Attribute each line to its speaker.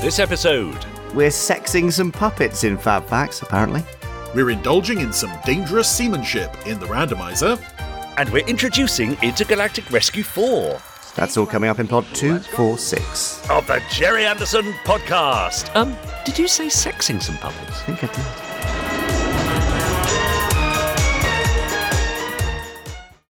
Speaker 1: This episode,
Speaker 2: We're sexing some puppets in Fab Facts, apparently.
Speaker 3: We're indulging in some dangerous seamanship in the randomizer.
Speaker 1: and we're introducing Intergalactic Rescue 4
Speaker 2: That's all coming up in pod 246.
Speaker 1: of the Jerry Anderson podcast. Um, did you say sexing some puppets?
Speaker 2: I think I did.